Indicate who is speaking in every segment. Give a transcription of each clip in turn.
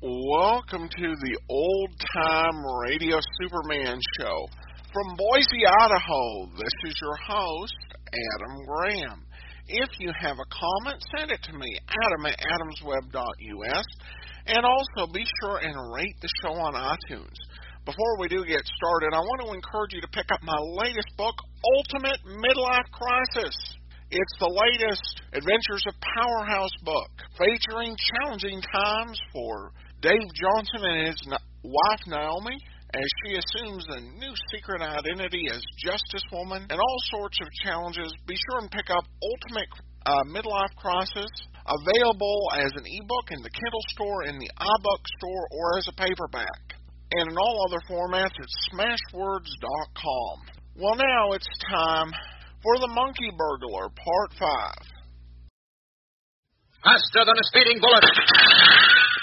Speaker 1: Welcome to the Old Time Radio Superman Show. From Boise, Idaho, this is your host, Adam Graham. If you have a comment, send it to me, adam at adamsweb.us, and also be sure and rate the show on iTunes. Before we do get started, I want to encourage you to pick up my latest book, Ultimate Midlife Crisis. It's the latest Adventures of Powerhouse book, featuring challenging times for Dave Johnson and his n- wife Naomi as she assumes a new secret identity as Justice Woman and all sorts of challenges. Be sure and pick up Ultimate uh, Midlife Crisis, available as an ebook in the Kindle store, in the iBook store, or as a paperback. And in all other formats, it's smashwords.com. Well, now it's time for The Monkey Burglar, Part 5.
Speaker 2: Faster than a speeding bullet.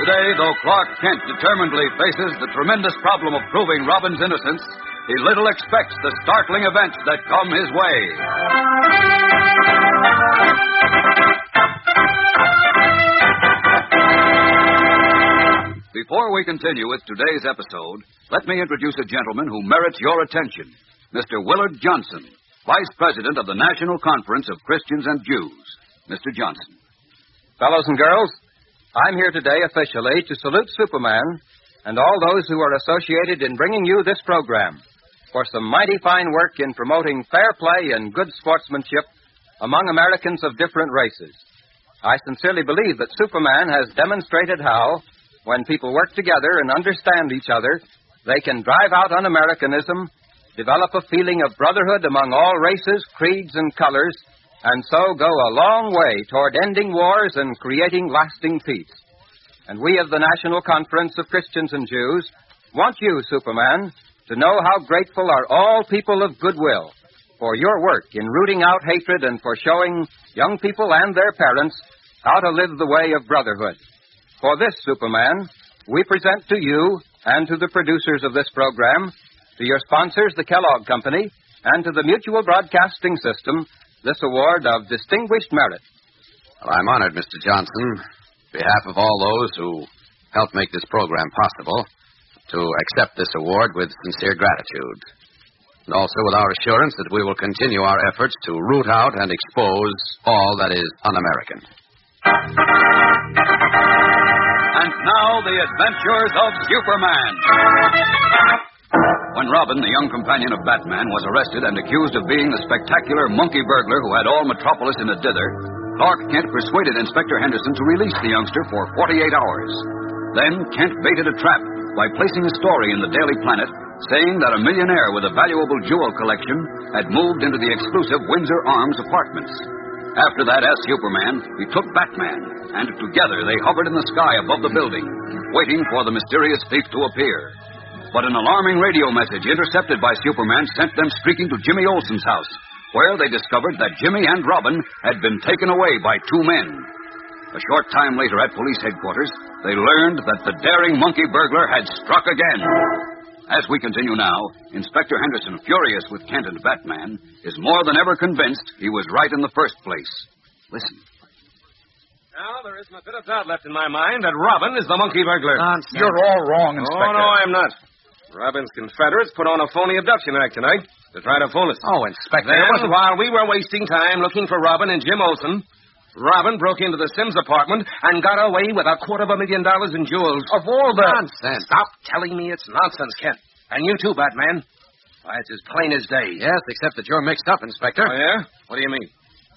Speaker 2: Today, though Clark Kent determinedly faces the tremendous problem of proving Robin's innocence, he little expects the startling events that come his way. Before we continue with today's episode, let me introduce a gentleman who merits your attention Mr. Willard Johnson, Vice President of the National Conference of Christians and Jews. Mr. Johnson.
Speaker 3: Fellows and girls, I'm here today officially to salute Superman and all those who are associated in bringing you this program for some mighty fine work in promoting fair play and good sportsmanship among Americans of different races. I sincerely believe that Superman has demonstrated how, when people work together and understand each other, they can drive out un Americanism, develop a feeling of brotherhood among all races, creeds, and colors, and so go a long way toward ending wars and creating lasting peace. And we of the National Conference of Christians and Jews want you, Superman, to know how grateful are all people of goodwill for your work in rooting out hatred and for showing young people and their parents how to live the way of brotherhood. For this, Superman, we present to you and to the producers of this program, to your sponsors, the Kellogg Company, and to the Mutual Broadcasting System, this award of distinguished merit.
Speaker 4: Well, I'm honored, Mr. Johnson, on behalf of all those who helped make this program possible, to accept this award with sincere gratitude. And also with our assurance that we will continue our efforts to root out and expose all that is un American.
Speaker 2: And now, the adventures of Superman. When Robin, the young companion of Batman, was arrested and accused of being the spectacular monkey burglar who had all Metropolis in a dither, Clark Kent persuaded Inspector Henderson to release the youngster for 48 hours. Then Kent baited a trap by placing a story in the Daily Planet saying that a millionaire with a valuable jewel collection had moved into the exclusive Windsor Arms apartments. After that, as Superman, he took Batman, and together they hovered in the sky above the building, waiting for the mysterious thief to appear. But an alarming radio message intercepted by Superman sent them streaking to Jimmy Olsen's house, where they discovered that Jimmy and Robin had been taken away by two men. A short time later at police headquarters, they learned that the daring monkey burglar had struck again. As we continue now, Inspector Henderson, furious with Kent and Batman, is more than ever convinced he was right in the first place. Listen.
Speaker 5: Now, there isn't a bit of doubt left in my mind that Robin is the monkey burglar.
Speaker 6: Nonsense. You're all wrong,
Speaker 5: Oh,
Speaker 6: Inspector.
Speaker 5: no, I'm not.
Speaker 7: Robbins' Confederates put on a phony abduction act tonight to try to fool us.
Speaker 8: Oh, Inspector,
Speaker 5: Then,
Speaker 8: it wasn't.
Speaker 5: while we were wasting time looking for Robin and Jim Olson, Robin broke into the Sims apartment and got away with a quarter of a million dollars in jewels. Of all the
Speaker 8: Nonsense.
Speaker 5: Stop telling me it's nonsense, Kent. And you too, Batman. Why, it's as plain as day.
Speaker 8: Yes, except that you're mixed up, Inspector.
Speaker 5: Oh, yeah? What do you mean?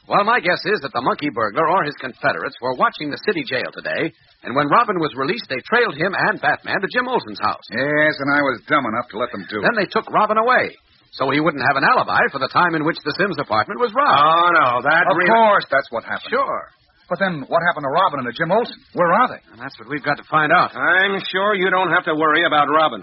Speaker 8: Well, my guess is that the monkey burglar or his Confederates were watching the city jail today, and when Robin was released, they trailed him and Batman to Jim Olsen's house.
Speaker 2: Yes, and I was dumb enough to let them do
Speaker 8: Then they took Robin away, so he wouldn't have an alibi for the time in which the Sims apartment was robbed.
Speaker 7: Oh, no, that
Speaker 2: Of course, that's what happened.
Speaker 8: sure.
Speaker 2: But then, what happened to Robin and to Jim Olsen? Where are they?
Speaker 8: And that's what we've got to find out.
Speaker 7: I'm sure you don't have to worry about Robin.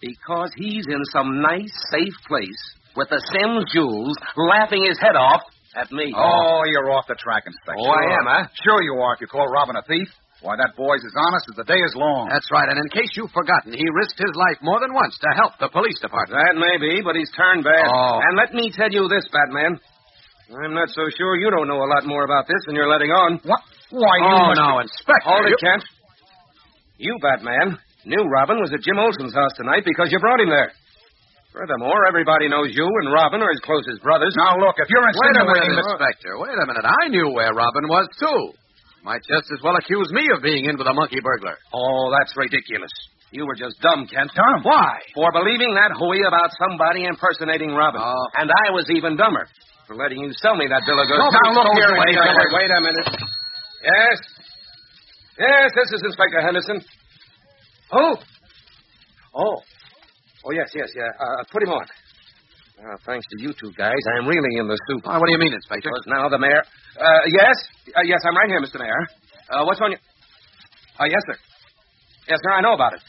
Speaker 5: Because he's in some nice, safe place with the Sims jewels laughing his head off at me.
Speaker 2: Oh, you're off the track, Inspector.
Speaker 5: Oh, I am, huh?
Speaker 2: Sure you are. If you call Robin a thief, why that boy's as honest as the day is long.
Speaker 8: That's right, and in case you've forgotten, he risked his life more than once to help the police department.
Speaker 5: That may be, but he's turned bad.
Speaker 8: Oh.
Speaker 5: And let me tell you this, Batman. I'm not so sure you don't know a lot more about this than you're letting on.
Speaker 2: What? Why you
Speaker 8: oh,
Speaker 2: must-
Speaker 8: no, Inspector.
Speaker 5: Hold
Speaker 8: you-
Speaker 5: it, Kent. You, Batman, knew Robin was at Jim Olson's house tonight because you brought him there. Furthermore, everybody knows you and Robin are as close as brothers.
Speaker 2: Now look, if you're
Speaker 8: Wait a minute,
Speaker 2: insinuating that
Speaker 8: Inspector. Wait a minute. I knew where Robin was, too. Might just as well accuse me of being in with a monkey burglar.
Speaker 5: Oh, that's ridiculous. You were just dumb, Kent.
Speaker 2: dumb.
Speaker 8: Why?
Speaker 5: For believing that hooey about somebody impersonating Robin.
Speaker 8: Oh.
Speaker 5: And I was even dumber for letting you sell me that bill of goods.
Speaker 2: Now, look
Speaker 5: Oh,
Speaker 2: here,
Speaker 5: wait,
Speaker 2: Inspector.
Speaker 5: wait, wait a minute. Yes. Yes, this is Inspector Henderson. Oh. Oh. Oh, yes, yes, yeah. Uh, put him on. Uh, thanks to you two guys, I'm really in the soup.
Speaker 8: Why, what do you mean, Inspector?
Speaker 5: Because now the mayor. Uh, yes? Uh, yes, I'm right here, Mr. Mayor. Uh, what's on your. Uh, yes, sir. Yes, sir, I know about it.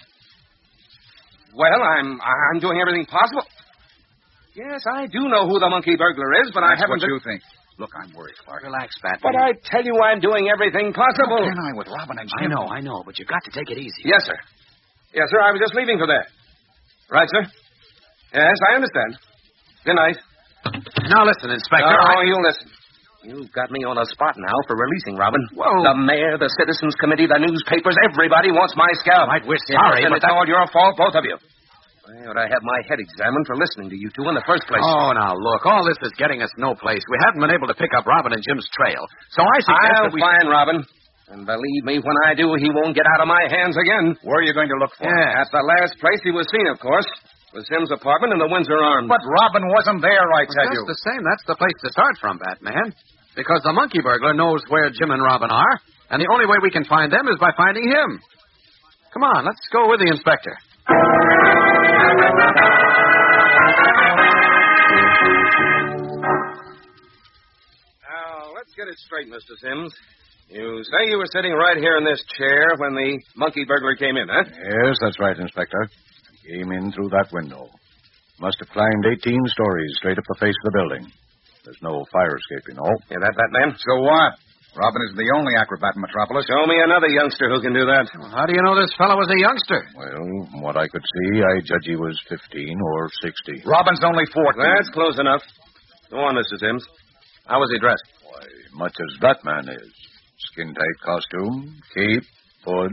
Speaker 5: Well, I'm I'm doing everything possible. Yes, I do know who the monkey burglar is, but I
Speaker 2: That's
Speaker 5: haven't
Speaker 2: what
Speaker 5: been.
Speaker 2: you think. Look, I'm worried, Clark.
Speaker 8: Relax, Batman.
Speaker 5: But I tell you, I'm doing everything possible.
Speaker 2: Can I with Robin and
Speaker 8: I
Speaker 2: Jim?
Speaker 8: know, I know, but you've got to take it easy.
Speaker 5: Yes, sir. Yes, sir. I was just leaving for there. Right, sir. Yes, I understand. Good night.
Speaker 8: Now listen, Inspector.
Speaker 5: oh,
Speaker 8: I-
Speaker 5: you listen. You've got me on a spot now for releasing Robin.
Speaker 8: Whoa.
Speaker 5: The mayor, the citizens committee, the newspapers, everybody wants my scalp.
Speaker 8: All right, we're sorry,
Speaker 5: and
Speaker 8: but
Speaker 5: it's all your fault, both of you. I ought to have my head examined for listening to you two in the first place.
Speaker 8: Oh, now look, all this is getting us no place. We haven't been able to pick up Robin and Jim's trail, so I suggest
Speaker 5: I'll
Speaker 8: that we.
Speaker 5: find Robin. And believe me, when I do, he won't get out of my hands again.
Speaker 2: Where are you going to look for? him?
Speaker 5: At the last place he was seen, of course, was Sim's apartment in the Windsor Arms.
Speaker 2: But Robin wasn't there, I tell
Speaker 8: Just
Speaker 2: you.
Speaker 8: the same, that's the place to start from, Batman. Because the monkey burglar knows where Jim and Robin are, and the only way we can find them is by finding him. Come on, let's go with the inspector.
Speaker 5: Now, let's get it straight, Mr. Sims. You say you were sitting right here in this chair when the monkey burglar came in, huh?
Speaker 9: Yes, that's right, Inspector. He came in through that window. Must have climbed 18 stories straight up the face of the building. There's no fire escape, you know.
Speaker 5: Hear that, Batman?
Speaker 2: So what? Robin isn't the only acrobat in Metropolis.
Speaker 5: Show me another youngster who can do that.
Speaker 8: Well, how do you know this fellow was a youngster?
Speaker 9: Well, from what I could see, I judge he was 15 or 60.
Speaker 2: Robin's only 14.
Speaker 5: That's close enough. Go on, Mr. Sims. How was he dressed?
Speaker 9: Why, much as that man is. Skin tight costume, cape, hood,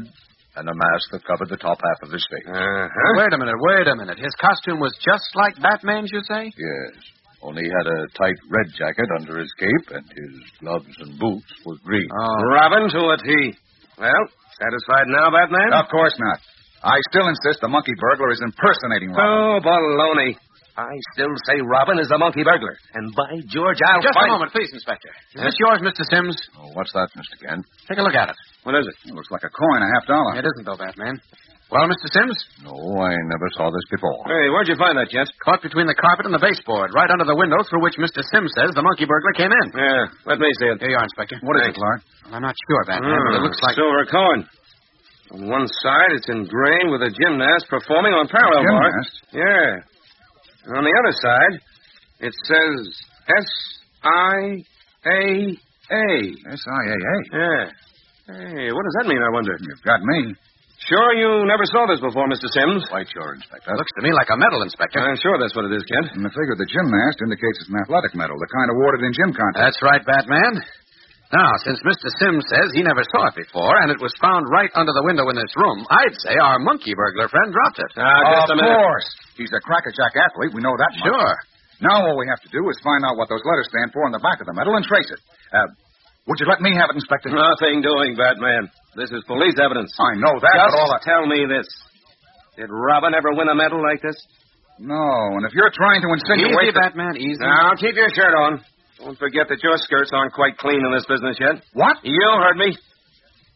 Speaker 9: and a mask that covered the top half of his face.
Speaker 5: Uh-huh.
Speaker 8: Wait a minute, wait a minute. His costume was just like Batman's, you say?
Speaker 9: Yes. Only he had a tight red jacket under his cape, and his gloves and boots were green.
Speaker 2: Oh.
Speaker 5: Robin to a T. Well, satisfied now, Batman?
Speaker 2: Of course not. I still insist the monkey burglar is impersonating Robin.
Speaker 5: Oh, baloney. I still say Robin is the monkey burglar. And by George, I'll
Speaker 8: Just
Speaker 5: find...
Speaker 8: a moment, please, Inspector. Is this yours, Mr. Sims?
Speaker 9: Oh, what's that, Mr. Kent?
Speaker 8: Take a look at it.
Speaker 5: What is it?
Speaker 2: It looks like a coin, a half dollar.
Speaker 8: It isn't, though, Batman. Well, Mr. Sims,
Speaker 9: No, I never saw this before.
Speaker 5: Hey, where'd you find that, Jess?
Speaker 8: caught between the carpet and the baseboard, right under the window through which Mr. Sims says the monkey burglar came in.
Speaker 5: Yeah, let me see it.
Speaker 8: Here you are, Inspector.
Speaker 2: What is it,
Speaker 5: Thanks.
Speaker 2: Clark?
Speaker 8: Well, I'm not sure, Batman, but it
Speaker 5: Hmm,
Speaker 8: looks like...
Speaker 5: silver coin. On one side, it's engraved with a gymnast performing on parallel bars.
Speaker 2: Gymnast?
Speaker 5: Yeah. And on the other side, it says S I A A.
Speaker 2: S-I-A-A.
Speaker 5: Yeah. Hey, what does that mean? I wonder.
Speaker 2: You've got me.
Speaker 5: Sure, you never saw this before, Mr. Sims.
Speaker 2: Quite sure, Inspector.
Speaker 8: It looks to me like a medal, Inspector.
Speaker 5: I'm sure that's what it is, Kent.
Speaker 2: And the figure of the gymnast indicates it's an athletic medal, the kind awarded in gym contests.
Speaker 8: That's right, Batman.
Speaker 4: Now, since Mr. Sims says he never saw it before and it was found right under the window in this room, I'd say our monkey burglar friend dropped it.
Speaker 5: Now, Ah, Uh, just
Speaker 2: of
Speaker 5: a minute.
Speaker 2: course. He's a crackerjack athlete. We know that much.
Speaker 4: Sure.
Speaker 2: Now all we have to do is find out what those letters stand for on the back of the medal and trace it. Uh, would you let me have it, Inspector?
Speaker 5: Nothing doing, Batman. This is police evidence.
Speaker 2: I know that,
Speaker 5: Just
Speaker 2: but all I...
Speaker 5: tell me this. Did Robin ever win a medal like this?
Speaker 2: No, and if you're trying to
Speaker 4: Easy,
Speaker 2: insinuate... that-
Speaker 4: Batman, easy.
Speaker 5: Now, keep your shirt on. Don't forget that your skirts aren't quite clean in this business yet.
Speaker 2: What?
Speaker 5: You heard me.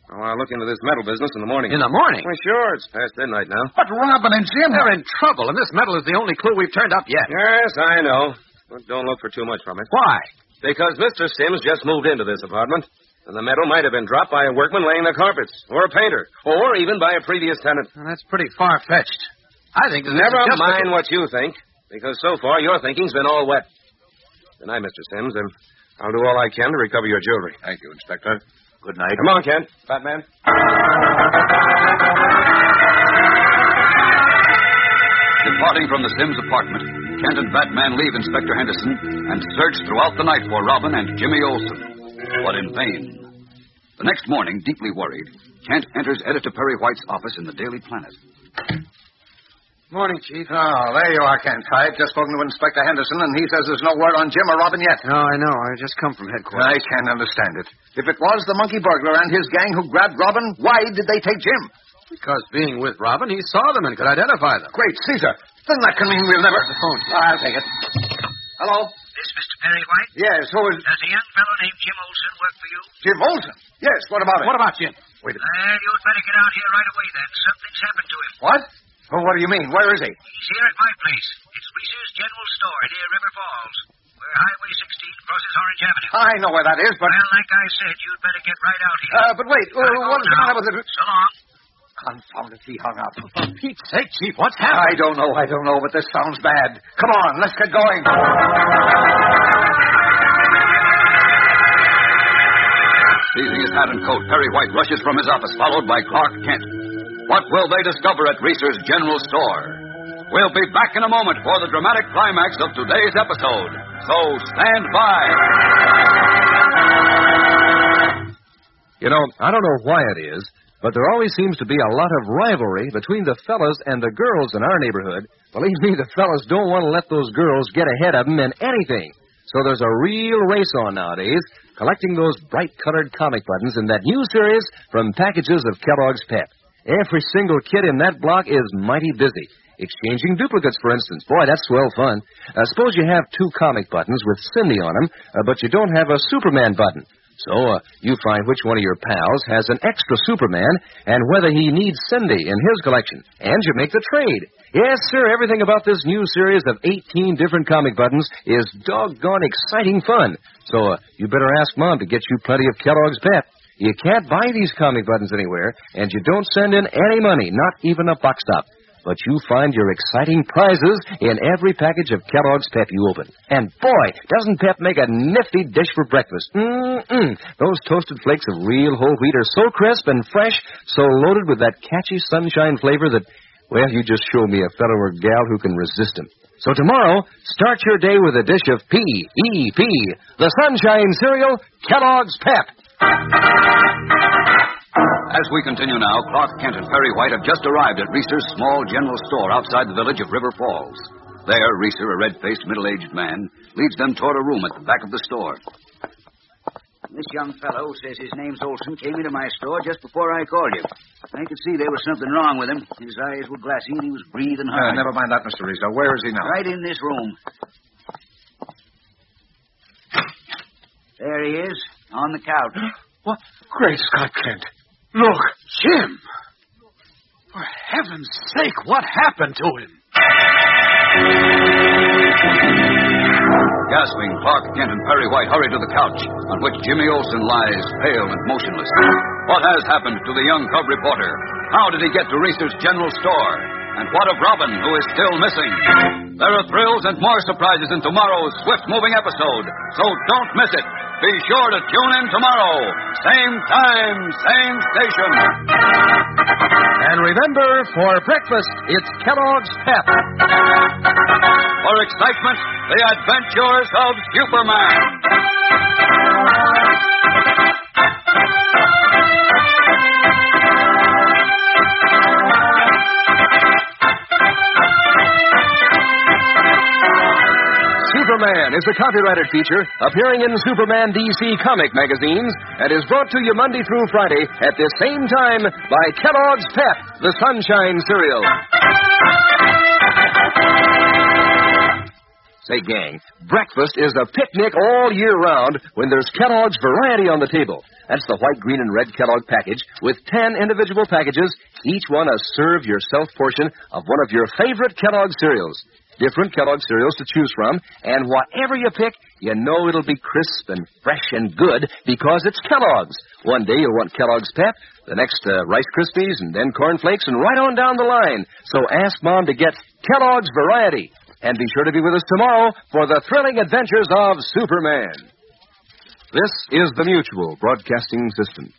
Speaker 5: I want to look into this metal business in the morning.
Speaker 4: In the morning.
Speaker 5: Well, sure, it's past midnight now.
Speaker 2: But Robin and Jim...
Speaker 4: They're in trouble, and this medal is the only clue we've turned up yet.
Speaker 5: Yes, I know. But don't look for too much from it.
Speaker 4: Why?
Speaker 5: Because Mr. Sims just moved into this apartment, and the metal might have been dropped by a workman laying the carpets, or a painter, or even by a previous tenant.
Speaker 4: Well, that's pretty far fetched. I think that this
Speaker 5: Never
Speaker 4: is just
Speaker 5: mind what you think, because so far your thinking's been all wet. Good night, Mr. Sims, and I'll do all I can to recover your jewelry.
Speaker 8: Thank you, Inspector. Good night.
Speaker 5: Come on, Kent. Batman.
Speaker 2: Departing from the Sims apartment, Kent and Batman leave Inspector Henderson and search throughout the night for Robin and Jimmy Olsen, but in vain. The next morning, deeply worried, Kent enters Editor Perry White's office in the Daily Planet.
Speaker 4: Morning, Chief.
Speaker 2: Oh, there you are, Kent. I've just spoken to Inspector Henderson, and he says there's no word on Jim or Robin yet.
Speaker 4: No, I know. I just come from headquarters.
Speaker 2: I can't understand it. If it was the monkey burglar and his gang who grabbed Robin, why did they take Jim?
Speaker 4: Because being with Robin, he saw them and could identify them.
Speaker 2: Great Caesar! Then that can mean we'll never. The phone. I'll take it. Hello?
Speaker 6: This Mr. Perry White?
Speaker 2: Yes, who is.
Speaker 6: Does a young fellow named Jim Olson work for you?
Speaker 2: Jim Olsen. Yes, what about it?
Speaker 4: What about Jim?
Speaker 2: Wait a minute.
Speaker 6: Well, you'd better get out here right away then. Something's happened to him.
Speaker 2: What? Oh, what do you mean? Where is he?
Speaker 6: He's here at my place. It's Reese's General Store near River Falls, where Highway 16 crosses Orange Avenue.
Speaker 2: I know where that is, but.
Speaker 6: Well, like I said, you'd better get right out here.
Speaker 2: Uh, but wait, uh,
Speaker 6: Gotta go
Speaker 2: what is the
Speaker 6: now.
Speaker 2: matter with it?
Speaker 6: So long.
Speaker 2: Confound it, he hung up.
Speaker 4: For Pete's sake, Chief, what's happened?
Speaker 2: I don't know, I don't know, but this sounds bad. Come on, let's get going. Seizing his hat and coat, Perry White rushes from his office, followed by Clark Kent. What will they discover at Reese's General Store? We'll be back in a moment for the dramatic climax of today's episode. So stand by.
Speaker 5: You know, I don't know why it is, but there always seems to be a lot of rivalry between the fellas and the girls in our neighborhood. Believe me, the fellas don't want to let those girls get ahead of them in anything. So there's a real race on nowadays, collecting those bright colored comic buttons in that new series from packages of Kellogg's Pep. Every single kid in that block is mighty busy. Exchanging duplicates, for instance. Boy, that's swell fun. Uh, suppose you have two comic buttons with Cindy on 'em, uh, but you don't have a Superman button. So uh, you find which one of your pals has an extra Superman and whether he needs Cindy in his collection, and you make the trade. Yes, sir, everything about this new series of 18 different comic buttons is doggone exciting fun. So uh, you better ask Mom to get you plenty of Kellogg's Pep. You can't buy these comic buttons anywhere, and you don't send in any money, not even a box stop. But you find your exciting prizes in every package of Kellogg's Pep you open. And boy, doesn't Pep make a nifty dish for breakfast. Mm-mm. Those toasted flakes of real whole wheat are so crisp and fresh, so loaded with that catchy sunshine flavor that, well, you just show me a fellow or gal who can resist 'em. So tomorrow, start your day with a dish of P-E-P, the sunshine cereal, Kellogg's Pep.
Speaker 2: As we continue now, Clark Kent and Perry White have just arrived at Reeser's small general store outside the village of River Falls. There, Reeser, a red faced, middle aged man, leads them toward a room at the back of the store.
Speaker 6: This young fellow who says his name's Olson came into my store just before I called you. I could see there was something wrong with him. His eyes were glassy and he was
Speaker 5: Uh,
Speaker 6: breathing hard.
Speaker 2: never mind that, Mr. Reeser. Where is he now?
Speaker 6: Right in this room. There he is, on the couch.
Speaker 10: What? Great Scott, Kent. Look, Jim. For heaven's sake, what happened to him?
Speaker 2: Gasping, Clark Kent and Perry White hurry to the couch on which Jimmy Olsen lies, pale and motionless. What has happened to the young cub reporter? How did he get to Reese's general store? And what of Robin, who is still missing? There are thrills and more surprises in tomorrow's swift moving episode, so don't miss it. Be sure to tune in tomorrow. Same time, same station.
Speaker 5: And remember, for breakfast, it's Kellogg's Pep.
Speaker 2: For excitement, the adventures of Superman.
Speaker 5: Superman is a copyrighted feature appearing in Superman DC comic magazines and is brought to you Monday through Friday at this same time by Kellogg's Pep, the Sunshine Cereal. Say, gang, breakfast is a picnic all year round when there's Kellogg's variety on the table. That's the white, green, and red Kellogg package with 10 individual packages, each one a serve yourself portion of one of your favorite Kellogg cereals. Different Kellogg cereals to choose from, and whatever you pick, you know it'll be crisp and fresh and good because it's Kellogg's. One day you'll want Kellogg's Pep, the next uh, Rice Krispies, and then Corn Flakes, and right on down the line. So ask Mom to get Kellogg's variety. And be sure to be with us tomorrow for the thrilling adventures of Superman. This is the Mutual Broadcasting System.